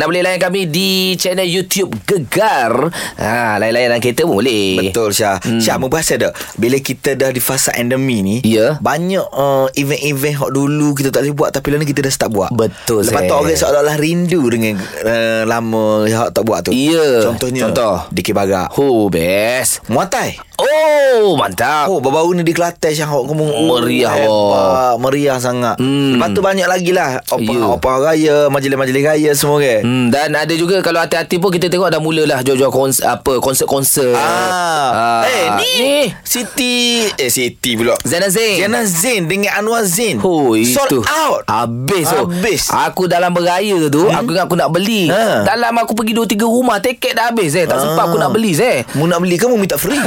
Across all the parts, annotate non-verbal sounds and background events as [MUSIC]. Nak boleh layan kami di channel YouTube Gegar. Ha, layan-layanan kereta pun boleh. Betul Syah hmm. Syah berasa tak Bila kita dah di fasa endemi ni Ya. Banyak uh, event-event Hak dulu kita tak boleh buat Tapi lama kita dah start buat Betul, Lepas tu Syah. orang seolah-olah rindu Dengan uh, lama Hak tak buat tu Ya. Contohnya Contoh. Dikir Barak Ho, best. Muatai Oh, mantap. Oh. Oh baru-baru ni di Kelantan Syah Hak kamu Meriah, hebat. wah. Meriah sangat Hmm. Lepas tu banyak lagi lah Ya. Opah-opah raya Majlis-majlis raya semua kan Hmm, dan ada juga kalau hati-hati pun kita tengok dah mulalah jual-jual kons apa konsert-konsert. Ha, Ah. Eh ni, ni. Siti Eh Siti pula Zainal Zain. Zainal Zain dengan Anwar Zain Oh itu Sold out Habis tu Habis. Aku dalam beraya tu hmm? Aku ingat aku nak beli Ha. Ah. Dalam aku pergi 2-3 rumah Tiket dah habis eh Tak sempat aku nak beli eh Mu nak beli ke mu minta [LAUGHS] free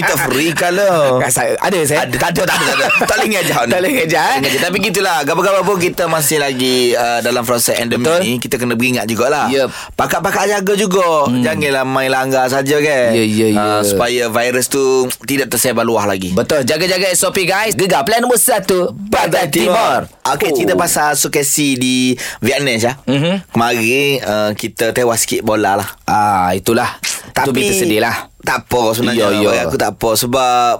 Minta free kalau Ada saya Oh. ada, tak ada, tak ada, tak ada. Tak boleh ngajak ni. Tak boleh ngajak, eh? Tak boleh Tapi gitulah Gabar-gabar pun kita masih lagi uh, Dalam proses endemi Betul. ni Kita kena beringat jugalah Yep. Pakak-pakak jaga juga Janganlah main langgar saja kan Ya, ya, ya. Ah, Supaya virus tu Tidak tersebar luah lagi Betul Jaga-jaga SOP guys Gegar plan nombor 1 Pantai Timur Okey, cerita pasal sukesi di Vietnam ya. Oh. Mhm. Kemarin uh, kita tewas sikit bola lah. Ah itulah Tapi Itu Tapi kita sedih lah Tak apa sebenarnya. lah, Ya, ya. Bagi Aku tak apa sebab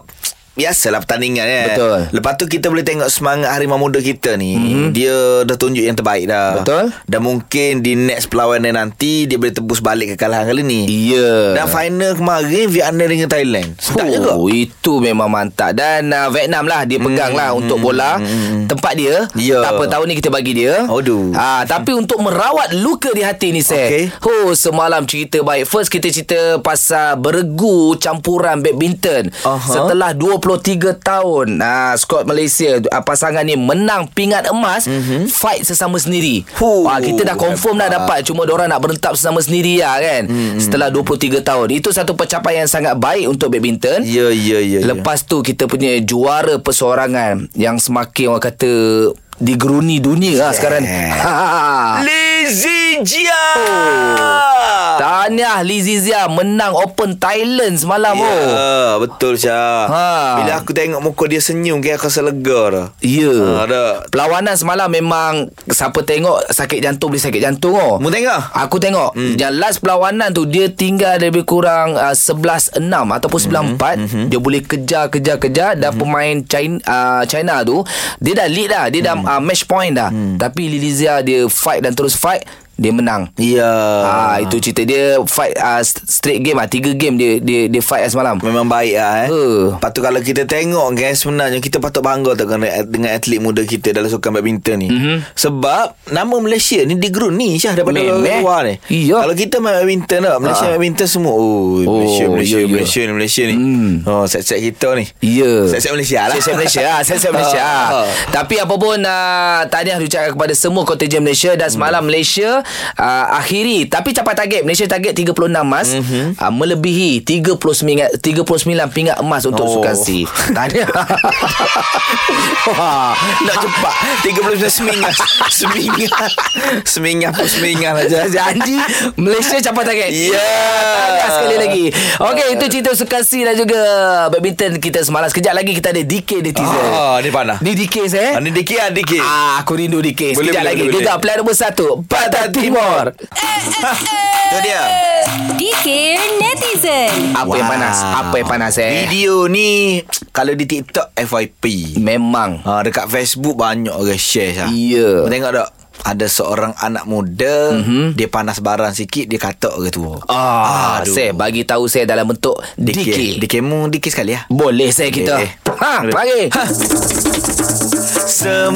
Biasalah pertandingan kan Betul. Mhm. Lepas tu kita boleh tengok Semangat Harimau Muda kita ni mm-hmm. Dia dah tunjuk yang terbaik dah Betul. Dan mungkin di next perlawanan nanti Dia boleh tebus balik kekalahan kali ni Iya Dan final kemarin Vietnam dengan Thailand Sedap juga Oh, itu memang mantap Dan uh, Vietnam lah Dia pegang lah Hmm, Untuk bola Tempat dia Ya. Tak apa tahun ni kita bagi dia Aduh. ha, Tapi untuk merawat Luka di hati ni Okey. saya Oh semalam cerita baik First kita cerita Pasal beregu Campuran badminton Aha. Setelah 23 tahun uh, Skot Malaysia uh, Pasangan ni Menang pingat emas Fight sesama sendiri Huh, Ah, Kita dah confirm dah Mhm. hebat. dapat Cuma diorang nak berentap sesama sendiri lah kan Setelah 23 tahun Itu satu pencapaian yang sangat baik Untuk badminton Ya ya ya ya. Lepas tu kita punya juara perseorangan Yang semakin orang kata Digeruni dunia lah sekarang Lizzie Jia [LAUGHS] Oh. Tahniah Lizizia menang Open Thailand semalam Ya yeah. oh. yeah, betul Syah Ha. Bila aku tengok muka dia senyum Kayak aku rasa lega dah Ya Ha, dah. Perlawanan semalam memang Siapa tengok sakit jantung boleh sakit jantung oh. Mu tengok Aku tengok hmm. Yang last perlawanan tu Dia tinggal lebih kurang uh, 11-6 Ataupun 9-4 mm-hmm. Dia boleh kejar-kejar-kejar Dan mm-hmm. pemain China, uh, China tu Dia dah lead dah Dia dah uh, match point dah Tapi Lilizia dia fight dan terus fight Dia menang Ya Ah itu cerita dia fight uh, straight game ah tiga game dia dia dia fight lah semalam. Memang baik lah eh Eh. Lepas tu kalau kita tengok kan Sebenarnya kita patut bangga tak dengan, dengan atlet muda kita Dalam sukan badminton ni Mhm. mm-hmm. Sebab Nama Malaysia ni di group ni Syah daripada Memang. luar ni eh? Iya. Kalau kita main badminton tak Malaysia Ha. main badminton semua Oh, Malaysia, Oh, Malaysia, ya, ya. Malaysia, ni Malaysia ni Hmm. oh, Set-set kita ni Ya. Set-set Malaysia lah Set-set Malaysia lah Set-set Malaysia Ha, lah ha. Tapi apa pun uh, Tahniah diucapkan kepada semua kontinjen Malaysia Dan semalam Hmm. Malaysia uh, Akhiri Tapi capai target Malaysia target 36 emas mm-hmm. Mhm. uh, Melebihi 39, ingat- 39 pingat emas Untuk oh. Oh. sukan C [LAUGHS] Tahniah Wah, [LAUGHS] Nak cepat 39 semingah Semingah Semingah pun semingah aja [LAUGHS] Janji Malaysia capai target Ya. Tahniah sekali lagi Okey itu cerita sukan C Dan juga Badminton kita semalam Sekejap lagi kita ada DK netizen Ah, ni panah. Ni DK saya Ini dikit lah dikit Ah, aku rindu DK. Boleh, Sekejap boleh, lagi. boleh, Gegar boleh. plan nombor satu. Pantai Timur. Itu dia Dikir netizen. Apa yang Wah. panas? Apa yang panas eh? Video ni Kalau di TikTok FYP Memang. ha, Dekat Facebook Banyak orang share Syah. Ya. Kau Tengok tak ada seorang anak muda mm-hmm. dia panas barang sikit dia katak orang tua. Mhm. Ah, Aduh. saya bagi tahu saya dalam bentuk DK. Dikit mu dikit sekali ah. Boleh saya kita. Boleh. Ha, mari.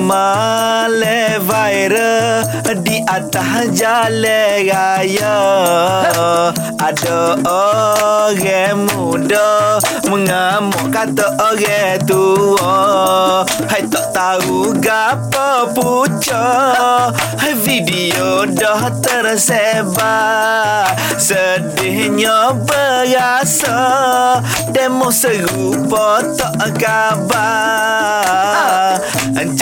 Semale viral di atas jalan raya Ada orang muda mengamuk kata orang tua Hai tak tahu gapo puca Hai video dah tersebar Sedihnya berasa Demo serupa tak kabar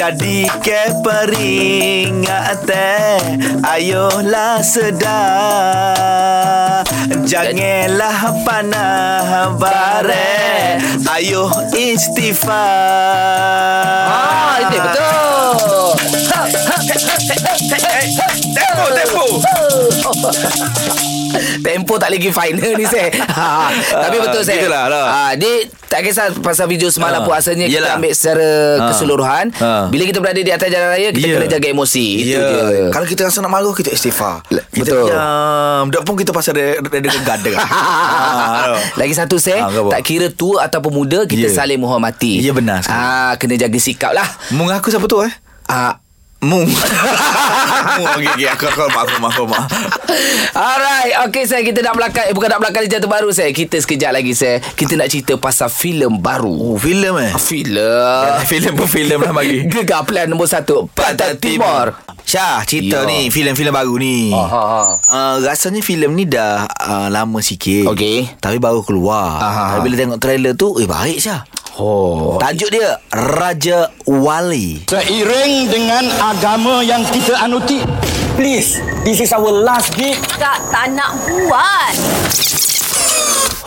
Jadi ke peringatan Ayolah sedar Janganlah panah bare Ayuh istighfar Ah, itu betul. Tempo Tempo Tempo tak lagi final ni [LAUGHS] saya ha, Tapi Ah, betul saya gitulah lah. ha, Dia tak kisah pasal video semalam Ah, puasanya yelah. Kita ambil secara Ah. keseluruhan Ah. Bila kita berada di atas jalan raya Kita Yeah. kena jaga emosi Itu Ya, dia [LAUGHS] Kalau kita rasa nak marah Kita istighfar Kita betul. diam Tak pun kita pasal Dia kan. dengan gada [LAUGHS] Ha, Ah, Lagi satu saya Ah, kenapa? Tak kira tua atau pemuda Kita Ya. saling menghormati Ya, benar sekali. ah, Kena jaga sikap lah Mung aku siapa tu eh ah, Mung [LAUGHS] Mung Okay, okay. Aku aku mak aku mak aku mak Alright Okay saya kita nak belakang eh, Bukan nak belakang Jatuh baru saya Kita sekejap lagi saya Kita nak cerita pasal filem baru Oh filem eh Filem Filem pun filem lah bagi Gegar pelan nombor satu Pantai Timur Ha, Syah cerita Ya. ni Filem-filem baru ni Aha. Uh, rasanya filem ni dah uh, lama sikit Okey. Tapi baru keluar Aha. Tapi bila tengok trailer tu Eh baik Syah Oh Tajuk dia Raja Wali Seiring dengan agama yang kita anuti. Please, this is our last gig. Kak tak nak buat.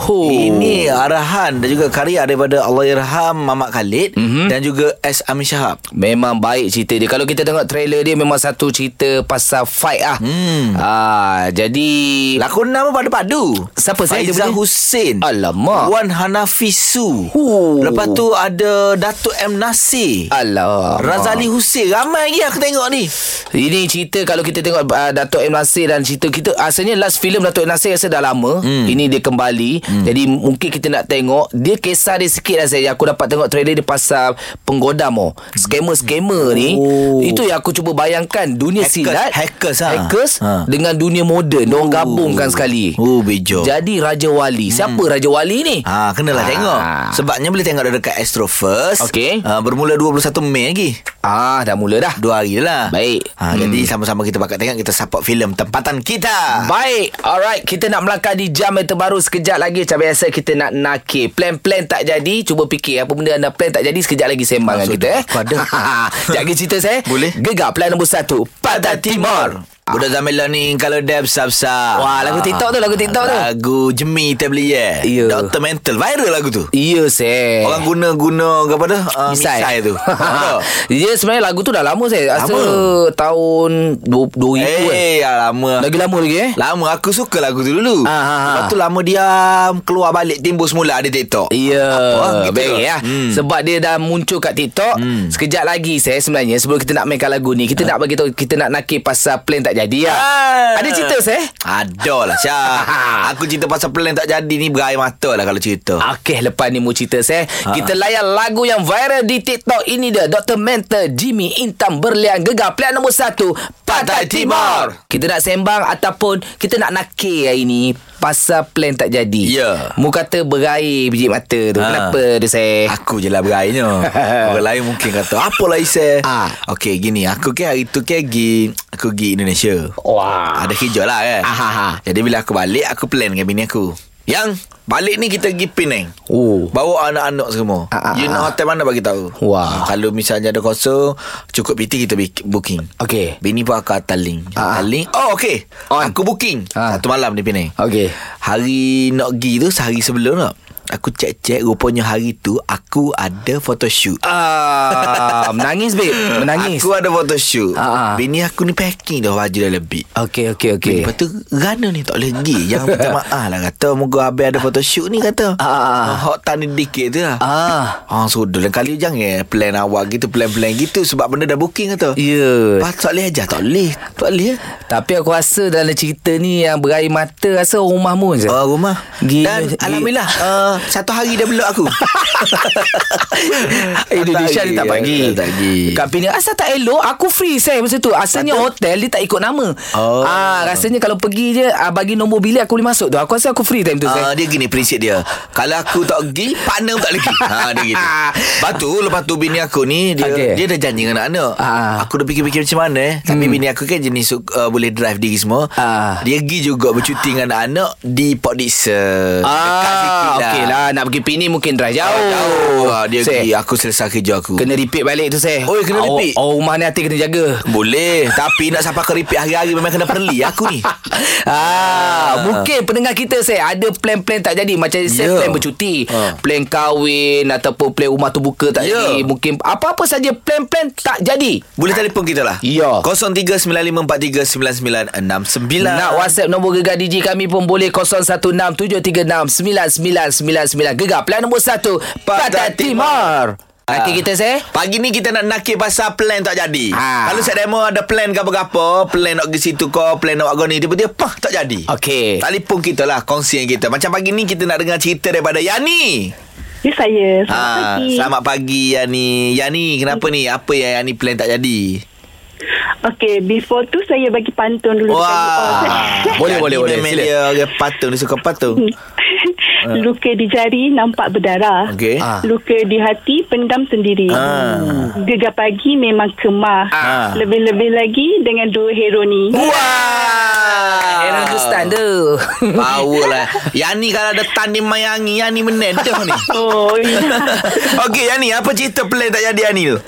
Oh. Ini arahan dan juga karya daripada Allahyarham Mamat Khalid Mhm. mm-hmm. Dan juga S. Amin Syahab Memang baik cerita dia Kalau kita tengok trailer dia Memang satu cerita Pasal fight lah hmm. ah, Jadi Lakonan pun padu-padu Siapa saya dia Faizah punya? Hussein Alamak. Wan Hanafi Su Huh. Lepas tu ada Datuk M. Nasir Alah Razali Hussein Ramai lagi aku tengok ni Ini cerita kalau kita tengok uh, Dato' M. Nasir dan cerita kita Asalnya last filem Dato' M. Nasir rasa dah lama hmm. Ini dia kembali hmm. Jadi mungkin kita nak tengok Dia kisah dia sikit lah saya Aku dapat tengok trailer dia pasal Penggodam oh. Scammer-scammer ni Oh. Itu yang aku cuba bayangkan Dunia Hackers- silat hackers, ha? hackers Ha. dengan dunia moden Diorang gabungkan sekali Oh bejo Hmm. Jadi Raja Wali Siapa Raja Wali ni? Ha, kenalah Ah. ha. tengok Sebabnya boleh tengok dah dekat Astro First Okey. ha, Bermula 21 Mei lagi Ah dah mula dah Dua hari je lah Baik. ha, hmm. Jadi sama-sama kita bakal tengok Kita support filem tempatan kita Baik, alright Kita nak melangkah di jam yang terbaru Sekejap lagi Macam biasa kita nak nakir Plan-plan tak jadi Cuba fikir apa benda anda plan tak jadi Sekejap lagi sembang dengan Maksud kita eh. aku ada. [LAUGHS] Jaga cerita saya Boleh. Gegar plan nombor satu Pantai Timur Budak Zamila ni Kalau dab sab-sab Ah. Wah, lagu TikTok tu, lagu TikTok tu. Ah. Lagu Jemi Tabli ya Ya. Dr. Mental Viral lagu tu Ya saya Orang guna-guna apa dah uh, misai. misai [LAUGHS] tu Tahu tak? Ya sebenarnya lagu tu dah lama saya Rasa Lama. tahun du- 2000 eh Eh, ya, lama Lagi lama lagi eh Lama aku suka lagu tu dulu Ah, ah, Lepas ah. tu lama diam Keluar balik timbul semula ada TikTok Ya ah, gitu Baik ke? ya Hmm. Sebab dia dah muncul kat TikTok Sekejap lagi saya sebenarnya Sebelum kita nak mainkan lagu ni Kita nak bagi tahu Kita nak nakir pasal plan tak jadi ya. Ah. Ada cerita saya? Ada lah Syah [LAUGHS] Aku cerita pasal plan tak jadi ni Berair mata lah kalau cerita Okey lepas ni mu cerita saya Ah. Kita layan lagu yang viral di TikTok Ini dia Dr. Mentor Jimmy Intam Berlian Gegar Pilihan nombor 1 Pantai Timur Kita nak sembang ataupun Kita nak nakir hari ni Pasal plan tak jadi Ya. Mu kata berair biji mata tu Ah. Kenapa dia saya Aku je lah [LAUGHS] berairnya Orang lain mungkin kata Apalah Isai Ah. Okey gini Aku kan hari tu kan pergi Aku pergi Indonesia Wah Ada kerja lah kan Ah, ah, ah. Jadi bila aku balik Aku plan dengan bini aku Yang Balik ni kita pergi Penang Oh. Bawa anak-anak semua Ah, ah, You ah. know hotel mana bagi tahu Wah. Kalau misalnya ada kosong Cukup PT kita bi- booking Okey. Bini pun aku atas link Ah, ah. Atas link Oh okey On. Aku booking Ah. Satu malam di Penang Okey Hari nak pergi tu Sehari sebelum tak Aku cek-cek Rupanya hari tu Aku ada photoshoot Ah, menangis babe, menangis. Aku ada photoshoot Ah, ah. Bini aku ni packing dah Baju dah lebih Okey okey okey. Lepas tu Rana ni tak boleh pergi Jangan [LAUGHS] minta maaf lah Kata moga habis ada photoshoot ni kata Ah, ah, ah. Hot tani dikit tu lah Ah. Ah, sudah lain kali jangan plan awal gitu, plan-plan gitu sebab benda dah booking kata. Ya. Yeah. Lepas tu tak boleh ajar, tak boleh. Tak boleh. eh. Tapi aku rasa dalam cerita ni yang berair mata rasa rumahmu je. Ah, rumah Gila, Dan gila. Alhamdulillah uh, Satu hari dia belok [LAUGHS] aku Indonesia Eh, dia tak pagi. Tak pagi Kat Penang asal tak elok aku free saya masa tu. Asalnya hotel dia tak ikut nama. Oh. Ah rasanya kalau pergi je ah, bagi nombor bilik aku boleh masuk tu. Aku rasa aku free time tu Ah, saya. dia gini prinsip dia Kalau aku tak pergi Partner pun tak [LAUGHS] lagi ha, Dia gitu Lepas tu Lepas tu bini aku ni Dia, Okey. okay. dia dah janji dengan anak-anak Ah. Hmm. Aku dah fikir-fikir macam mana eh. Tapi bini aku kan jenis suk- uh, Boleh drive diri semua Ah. Dia pergi juga bercuti dengan anak-anak Di Port Dixon Ah, Dekat sikit okey lah. Dah nak pergi pini mungkin drive jauh. Oh, ah, dia Seh, pergi Aku selesai kerja aku Kena repeat balik tu saya. Oi, kena repeat? Oh, rumah ni hati kena jaga. Boleh Tapi nak sampai ke repeat hari-hari Memang kena perli aku [LAUGHS] ni ah, mungkin pendengar kita saya ada plan-plan tak jadi macam saya Ya. plan bercuti, Ah. plan kahwin ataupun plan rumah terbuka tak Ya. jadi. Mungkin apa-apa saja plan-plan tak jadi. Boleh telefon kita lah Ya. 0395439969 Nak WhatsApp nombor Gegar DJ kami pun boleh 0167369999 Gegar Pelan nombor 1 Pantai Pantai Timur. Nanti Ah. kita saya Pagi ni kita nak nakir pasal plan tak jadi. Ah. Ha. Kalau set demo ada plan ke apa-apa, plan nak pergi situ ke, plan nak buat ni, tiba-tiba pah tak jadi. Okey. Telefon kita lah, kongsi yang kita. Macam pagi ni kita nak dengar cerita daripada Yani. Ya saya Selamat Ah, pagi Selamat pagi Yani. Yani, kenapa ni? Apa yang Yani plan tak jadi? Okay before tu Saya bagi pantun dulu Wah. dekat you all. Ah. Boleh, boleh, boleh. Memang Sila. dia orang patung, dia suka patung. Hmm. Luka di jari Nampak berdarah Ah. Okey. Ah. Luka di hati Pendam sendiri Ah. Gegar pagi Memang kemah Ah. Lebih-lebih lagi Dengan dua hero ni Wah. Aaron Gustan tu Power lah Yani kalau ada tan dia mayangi Yani menedah [LAUGHS] ni Oh [LAUGHS] Okey Yani Apa cerita plan tak jadi Yani tu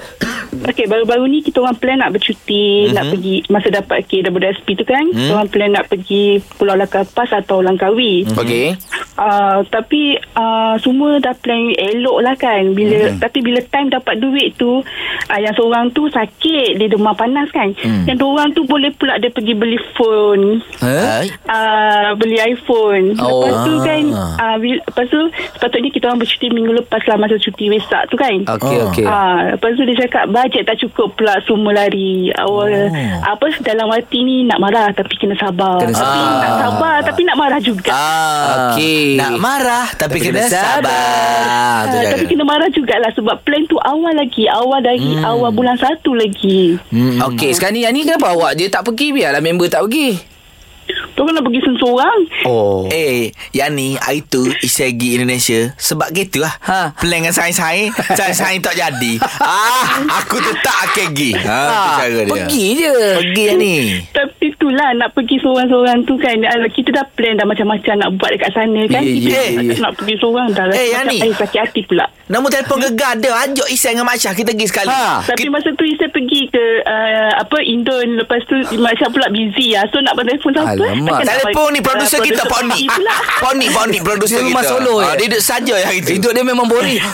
Okay baru-baru ni Kita orang plan Mhm. nak bercuti Nak pergi Masa dapat KWSP tu kan Kita orang plan nak pergi Pulau Lakapas Atau Mhm. Langkawi [LAUGHS] Okey Uh, tapi uh, semua dah plan elok lah kan bila hmm. tapi bila time dapat duit tu uh, yang seorang tu sakit dia demam panas kan hmm. yang dua orang tu boleh pula dia pergi beli phone Hai uh, beli iPhone Oh. lepas tu Ah. kan uh, bila, lepas tu sepatutnya kita orang bercuti minggu lepas lah masa cuti Wesak tu kan Okey Ah. okey Ah, lepas tu dia cakap bajet tak cukup pula semua lari. Awal oh. apa dalam hati ni nak marah tapi kena sabar. Kena Tapi sabar. nak sabar tapi nak marah juga. Ah, Okey. Nak marah Tapi Tapi, kena kena, sabar. sabar, Ah, Tu jaga. tapi kena marah jugalah sebab plan tu awal lagi. Awal dari hmm. awal bulan satu lagi. Hmm. Hmm. Okey sekarang ni Yani kenapa awak je tak pergi Biarlah member tak pergi Tu kan nak pergi seorang. Oh Eh Yani Hari tu Isegi Indonesia Sebab gitu lah Ha. ha. Plan dengan sains-sains Sains-sains tak jadi ah, Aku tetap kegi ha, tu Ah, cara dia. Pergi je Pergi [LAUGHS] Yani Tapi itulah nak pergi seorang-seorang tu kan. Alah, Kita dah plan dah macam-macam nak buat dekat sana kan. Ya, kita ya, nak- ya. nak pergi seorang dah. lah, Eh, Macam Yani. saya sakit hati pula. Nombor telefon gegar ada Ajak Isai dengan Mak Syah Kita pergi sekali Ha. Tapi masa tu saya pergi ke uh, apa Indon lepas tu Mak Syah pula busy lah. So nak telefon siapa? Alamak. Akan nak Telefon ni bagi- producer ah, kita Poni pergi [LAUGHS] pula. Poni Poni producer Dia kita rumah solo, Ah, ya? Dia duduk saja yang itu Hidup dia memang boring [LAUGHS]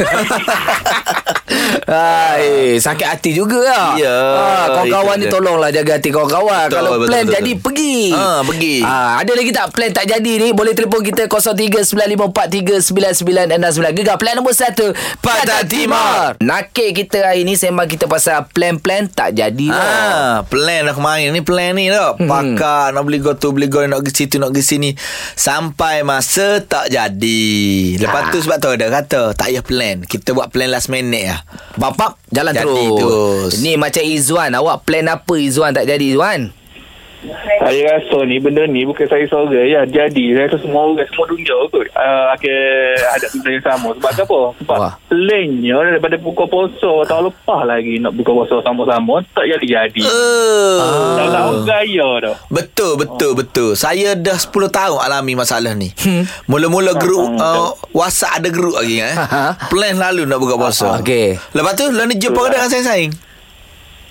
Hai, sakit hati juga lah Ya, Ah, Kawan-kawan itu ni dia. tolonglah Jaga hati kawan-kawan Betul, Kalau betul, plan betul, jadi betul. pergi Ah, pergi. Ah, Ada lagi tak plan tak jadi ni Boleh telefon kita 0395439969 Gegar plan nombor 1 Pantai Timur. Nakik kita hari ni Sembang kita pasal plan-plan tak jadi lah Ah, plan nak main ni plan ni tau. Pakar nak beli gotu beli go nak pergi situ nak pergi sini sampai masa tak jadi. Lepas tu sebab tu ada kata tak payah plan. Kita buat plan last minute lah. Bapak jalan Jadi terus. terus. Ni macam Izwan Awak plan apa Izwan tak jadi Izwan Saya rasa ni benda ni bukan saya seorang ya jadi saya rasa semua orang semua dunia kot uh, akan ada benda yang sama sebab apa sebab Wah. lainnya daripada buka puasa tahun lepas lagi nak buka puasa sama-sama tak jadi-jadi Uh, dah tahun raya dah Betul betul betul. Saya dah 10 tahun alami masalah ni. Mula-mula grup uh, WhatsApp ada grup lagi eh. Ha, ha. plan lalu nak buka puasa. Okey. Lepas tu lalu jumpa dengan saing-saing.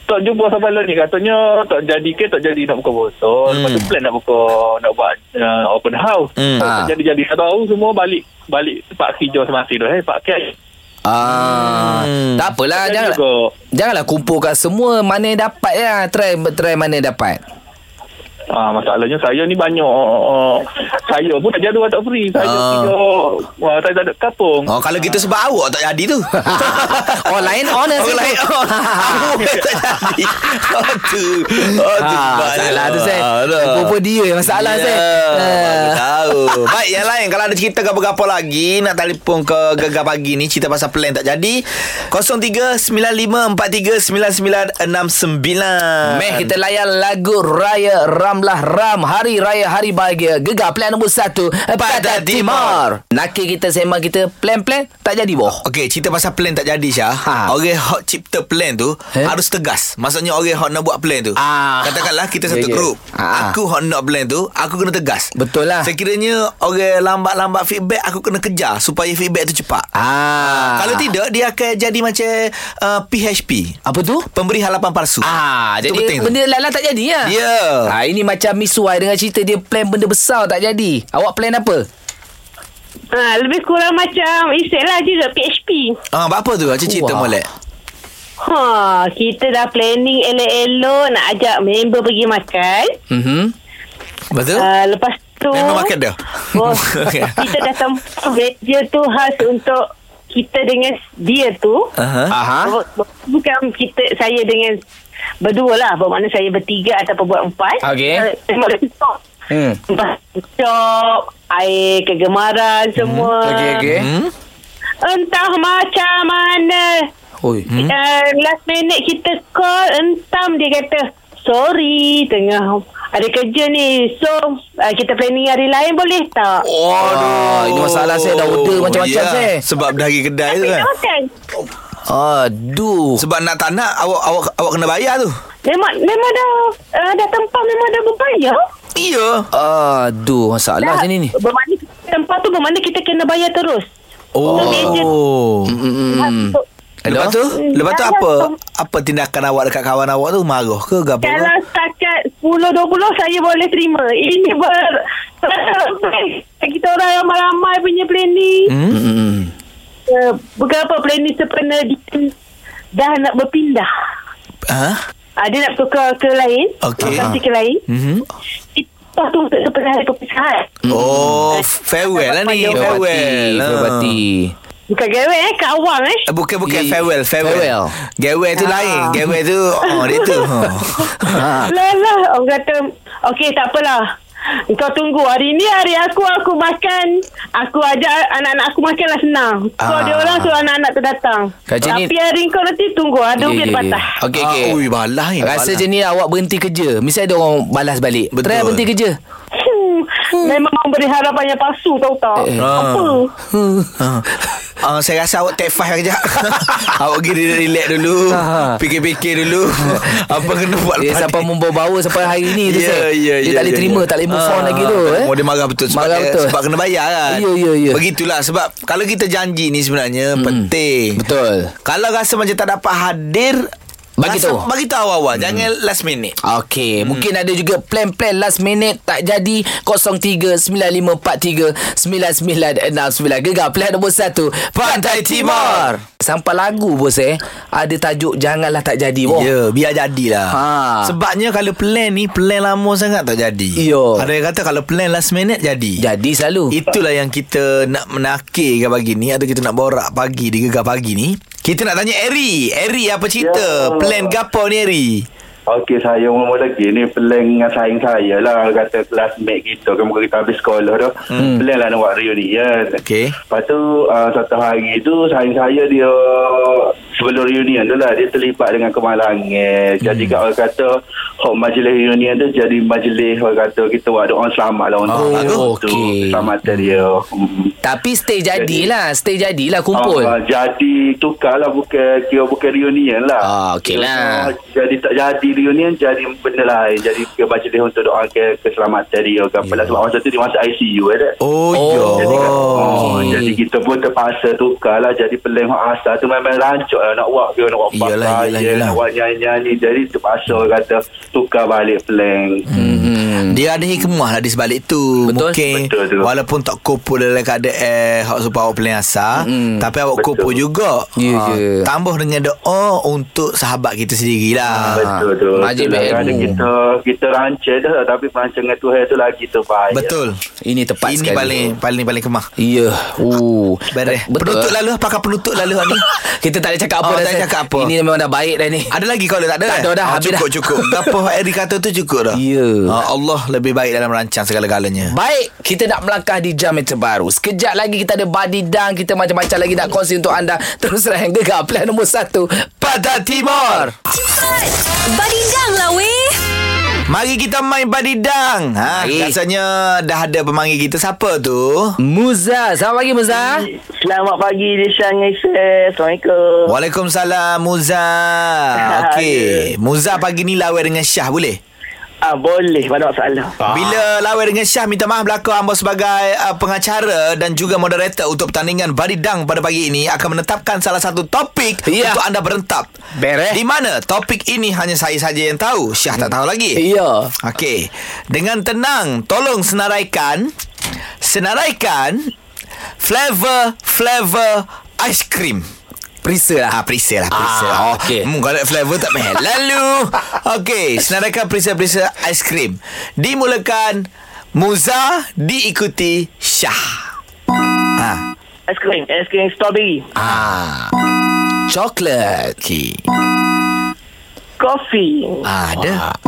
tak jumpa sampai lah ni katanya tak jadi ke tak jadi nak buka puasa lepas tu Hmm. plan nak buka nak buat uh, open house Hmm. Ah. tak jadi-jadi tak tahu semua balik balik tempat kerja semasa tu eh pak kek Ah, Hmm. tak apalah Jadi janganlah juga. janganlah kumpulkan semua mana yang dapat ya, try try mana yang dapat. Ah, masalahnya saya ni banyak uh, saya pun tak jadual tak free saya Ah. uh. tiga uh, tak tak ada kapung Oh kalau gitu sebab awak tak jadi tu. [LAUGHS] Orang lain honest. Orang [LAUGHS] lain on Awak tak jadi Aduh Ah, Ya, salah tu saya. Pupuk dia yang masalah saya. Aku Ah. Ya, tahu Baik yang lain Kalau ada cerita apa-apa lagi Nak telefon ke Gegar Pagi ni Cerita pasal plan tak jadi 0395439969 Meh kita layan lagu Raya Ramli 16 Ram Hari Raya Hari Bahagia Gegar plan nombor 1 Pantai Pantai Timur Nakir kita sembang kita Plan-plan Tak jadi boh Okey, cerita pasal plan tak jadi Ha. Syah. Ha. Orang hok cipta plan tu Eh? eh? harus tegas. Maksudnya orang hok nak buat plan tu. Ah. Katakanlah kita Ya, satu ya. grup. Ah. Aku hok nak plan tu, aku kena tegas. Betul lah. Sekiranya orang lambat-lambat feedback, aku kena kejar supaya feedback tu cepat. Ah, Kalau tidak dia akan jadi macam uh, PHP. Apa tu? Pemberi halapan palsu. Ah, Itu jadi penting tu. benda lalat tak jadi ya. Ya. Ah, ini macam misuai dengan cerita dia plan benda besar tak jadi. Awak plan apa? Ha, lebih kurang macam lah istilah juga PHP. Ah, apa tu? Macam cerita Wah. molek. Ha, kita dah planning elok-elok nak ajak member pergi makan. Mhm. Lepas tu? Uh, lepas tu Member makan dah? [LAUGHS] Oh, kita dah tempuh meja tu khas untuk kita dengan dia tu. Ha? Aha. Aha. Bukan kita saya dengan berdua lah. Bermakna saya bertiga ataupun buat empat. Okey. Eh, Tengok laptop. Hmm. Laptop, air kegemaran Mhm. semua. Okey okey. Hmm? Entah macam mana. Oi. Hmm? Uh, last minute kita call entam dia kata sorry tengah ada kerja ni so uh, kita planning hari lain boleh tak? Oh, Ah, ini masalah saya dah order macam-macam saya. ya. Sebab dari kedai tu Tapi kan. tak makan. Aduh. Sebab nak tak nak awak awak awak kena bayar tu. Memang memang dah uh, dah tempah memang dah berbayar. Iya. Aduh, masalah Dah. Ah, sini ni. Bermakna tempah tu bermakna kita kena bayar terus. Oh. meja. Hmm. Lepas tu? Lepas tu Dah apa? lah. Apa tindakan awak dekat kawan awak tu? Marah ke gapo? Kalau setakat 10-20 saya boleh terima. Ini ber... kita orang ramai-ramai punya planning. Hmm? uh, beberapa planning terpena di- dah nak berpindah. Ha? Uh, dia nak tukar ke lain. Okey. Lokasi ke lain. Mhm. Itu tu untuk terpena hari perpisahan. Hmm. Oh, farewell lah ni. Farewell. Farewell. Ah. Farewell. Bukan gawe eh, kat awang eh. Eh, Bukan bukan Di- farewell farewell. farewell. Ah. Farewell tu lain. Farewell tu oh dia tu. [LAUGHS] Ha. Lah lah. Orang kata, okey tak apalah. Kau tunggu hari ni hari aku aku makan aku ajak anak-anak aku makan lah senang kau Ah. ada orang suruh anak-anak tu datang Kat sini- tapi hari kau nanti tunggu ada Ya, yeah, ya, yeah, ya. patah Okey Ah, okey. ui, balas ni, Rasa balas. je ni lah awak berhenti kerja. Mesti ada orang balas balik. Betul. Try berhenti kerja. hmm. memang memberi harapan yang palsu tau tak Eh, eh. apa Ah, saya rasa awak take five kejap. [LAUGHS] awak pergi relax- relax dulu. Ah. Fikir-fikir dulu. [LAUGHS] apa kena buat Dia sampai ni. membawa sampai hari ni tu [LAUGHS] Ya, Sep. ya, Dia ya, tak boleh ya, terima, ya. tak boleh move on Ah, lagi tu eh. Oh, dia marah betul sebab Marah dia, betul. sebab kena bayar kan. Ya, ya, ya. Hmm. Begitulah sebab kalau kita janji ni sebenarnya penting. Betul. Kalau rasa macam tak dapat hadir Bagi rasa- tahu. Bagi tahu awal-awal. Jangan last minute. Okey, hmm. mungkin ada juga plan-plan last minute tak jadi 0395439969 Gegar plan nombor 1 Pantai Timur. Sampai lagu bos eh ada tajuk janganlah tak jadi Ya, boh. yeah, biar jadilah. Ha. Sebabnya kalau plan ni plan lama sangat tak jadi. Ya. Ada yang kata kalau plan last minute jadi. Jadi selalu. Itulah yang kita nak menakirkan pagi ni atau kita nak borak pagi di gegar pagi ni. Kita nak tanya Eri. Eri apa cerita? Ya. Plan gapo ni Eri? Okey, saya mula lagi ni plan dengan saing saya lah. Orang Kata classmate kita, kan muka kita habis sekolah tu. Hmm. Plan lah nak buat reunion. Okey. Lepas tu, uh, satu hari tu, saing saya dia sebelum reunion tu lah, dia terlibat dengan kemalangan. Jadi kat orang kata, hok majlis reunion tu jadi majlis orang kata kita buat doa selamat lah untuk Oh, orang tu. okey. Selamatan dia. Hmm. Tapi stay jadilah, stay jadilah kumpul. Ah, jadi tukarlah bukan kira bukan reunion lah. Ah, okey lah. Ah, Jadi tak jadi reunion jadi benda lain. Jadi ke majlis untuk doa ke keselamatan dia ke apa lah sebab masa tu dia masuk ICU eh. tak? Oh, Ya. Oh. yo. Jadi, kan, oh, okey. jadi kita pun terpaksa tukarlah jadi pelan hak asal tu memang rancuk lah nak buat ke nak buat Iyalah, pakai, iyalah, iyalah. nak buat nyanyi-nyanyi jadi terpaksa orang kata tukar balik pelan. Hmm. Dia ada hikmah lah di sebalik tu Betul. Mungkin Betul tu. Walaupun tak kumpul dalam keadaan Hak supaya awak plan asal Mm-mm. Tapi awak Betul. kumpul juga Hmm. Ya, Ah, ya. Tambah dengan doa Untuk sahabat kita sendirilah Betul tu. Majlis Itulah berilmu. kadang Kita kita rancang dah tapi rancang dengan Tuhan tu lagi terbaik. Betul Ini tepat Ini sekali. paling paling paling kemah Ya. Uh. Beres Betul. Penutup lalu Apakah penutup lalu ni [LAUGHS] Kita tak ada cakap apa Oh, dah. tak Sep. cakap apa. Ini memang dah baik dah ni. Ada lagi kalau tak ada Tak eh? ada dah, Ah, habis Cukup dah. [LAUGHS] cukup Apa Eri kata tu cukup dah Ya. Ah, Allah lebih baik dalam rancang segala-galanya Baik, kita nak melangkah di jam yang terbaru. Sekejap lagi kita ada badidang, kita macam-macam lagi nak kongsi untuk anda. Terus yang gegar plan nombor 1, Pantai Timur. Cepat! Badidang lah weh! Mari kita main badidang. Ha, Mari. rasanya dah ada pemanggil kita siapa tu? Muza Selamat pagi Muza Selamat pagi Lishan Nisa. Assalamualaikum. Waalaikumsalam Muza. [LAUGHS] Okey. Muza pagi ni lawan dengan Syah boleh? Ah boleh, tak ada masalah. Bila lawan dengan Syah minta maaf belakang hamba sebagai uh, pengacara dan juga moderator untuk pertandingan Badidang pada pagi ini akan menetapkan salah satu topik Ya. untuk anda berentap. Beres. Di mana topik ini hanya saya saja yang tahu. Syah tak tahu lagi. Ya Okey. Dengan tenang, tolong senaraikan senaraikan flavor flavor ice cream. Perisa lah ha, Perisa lah Ah, Perisa lah oh, okey. hmm, Kalau flavor tak payah Lalu Okey Senaraikan perisa-perisa Ais krim Dimulakan Muza Diikuti Syah Aiskrim, aiskrim strawberry. Ah. Coklat Okey Kopi. Ada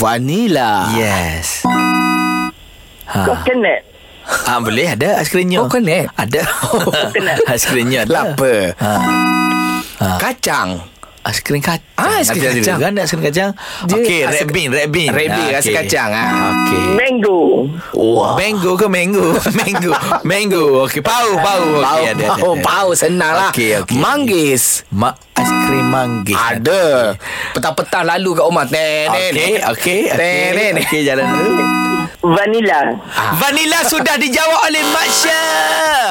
Vanilla Yes Coconut. ah, Boleh ada ais krimnya Oh, kena. Ada [LAUGHS] Ais krimnya ada Ha, Lapa Ah. Kacang Ais krim kacang. Ah, ais krim kacang. Nanti ada juga Kan ais krim kacang. Dia Okey, rasa- red bean, red bean. Red bean, rasa Eh, okey. kacang, ah. Okey. Mango. Wow. Mango ke [LAUGHS] mango? mango. mango. Okey, pau, pau. Pau, Okey, ada, ada, pau, ada. pau Senang lah Okey, okey. Manggis Ma- ais krim manggis. Ada Petang-petang lalu kat rumah Nenek Okey, okey, okey. Nenek Okey, jalan dulu. Vanilla. Vanilla sudah dijawab oleh Mak Syah.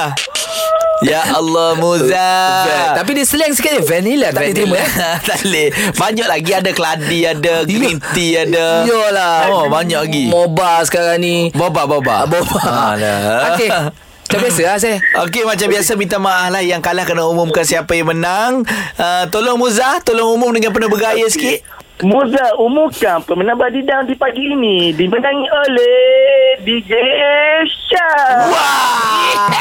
Ya Allah Muzah Tapi dia slang sikit je Vanilla Tak boleh terima eh? tak boleh [LAUGHS] Banyak lagi ada keladi Ada green tea Ada Yolah Oh banyak lagi Moba sekarang ni Boba Ah, Boba Boba Alah. Okey [LAUGHS] Macam biasa lah saya Okey macam biasa minta maaf lah Yang kalah kena umumkan siapa yang menang uh, Tolong Muzah Tolong umum dengan penuh bergaya sikit Muza umumkan pemenang badidang di pagi ini dimenangi oleh DJ Syah.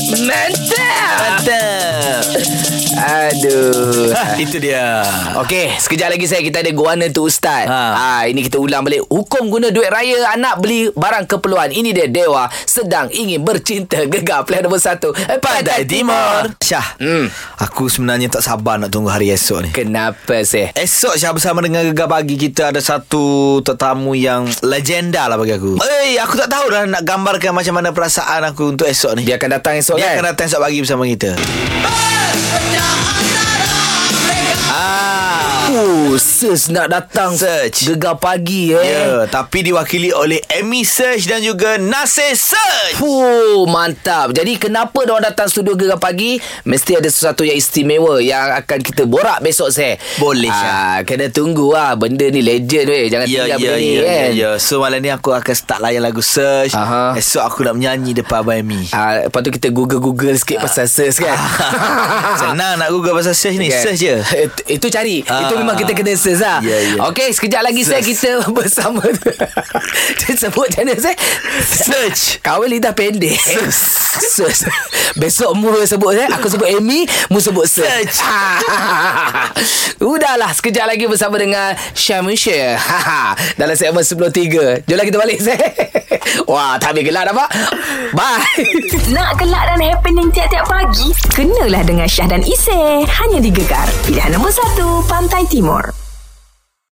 Mantap Mantap Aduh Hah, [LAUGHS] Itu dia Okey, sekejap lagi saya kita ada guana tu ustaz. Ha. Ha. ini kita ulang balik hukum guna duit raya anak beli barang keperluan. Ini dia dewa sedang ingin bercinta gegar pilihan nombor satu. Eh, Pantai Timur. Syah Hmm. Aku sebenarnya tak sabar nak tunggu hari esok ni Kenapa sih? Esok Syah bersama dengan Gegar Pagi Kita ada satu tetamu yang legenda lah bagi aku Eh aku tak tahu dah nak gambarkan macam mana perasaan aku untuk esok ni Dia akan datang esok Dia kan? akan datang esok pagi bersama kita Ah, Oh, sis nak datang Search. gegar pagi eh. Ya, yeah, tapi diwakili oleh Amy Search dan juga Nasir Search. Fuh, mantap. Jadi kenapa diorang datang studio gegar pagi? Mesti ada sesuatu yang istimewa yang akan kita borak besok saya. Boleh, Ah, kena tunggu lah. Benda ni legend weh. Jangan tinggal Ya, ya, benda ni ya, kan. ya, ya. So malam ni aku akan start layan lagu Search. Aha. Esok aku nak menyanyi depan Abang [LAUGHS] Amy. Ah, lepas tu kita google-google sikit pasal search [LAUGHS] kan. Senang nak Google pasal Search Ah. ni. Kan? Search [LAUGHS] je. Itu, itu cari. Ah. Itu memang kita kena search lah. Ya, ya. Okey, sekejap lagi saya Search. kita bersama. [LAUGHS] Dia sebut macam mana saya? Search. Kawin lidah pendek. [LAUGHS] Search. Besok mu sebut saya, aku sebut Amy, mu sebut search. Search. [LAUGHS] Udahlah, sekejap lagi bersama dengan Syamisha. [LAUGHS] Dalam segmen sebelum tiga. Jomlah kita balik saya. [LAUGHS] Wah, tak habis gelap nampak. Bye. Nak gelak dan happening tiap-tiap pagi? Kenalah dengan Syah dan Isy. Hanya di Gegar. Pilihan nombor 1, Pantai Timur.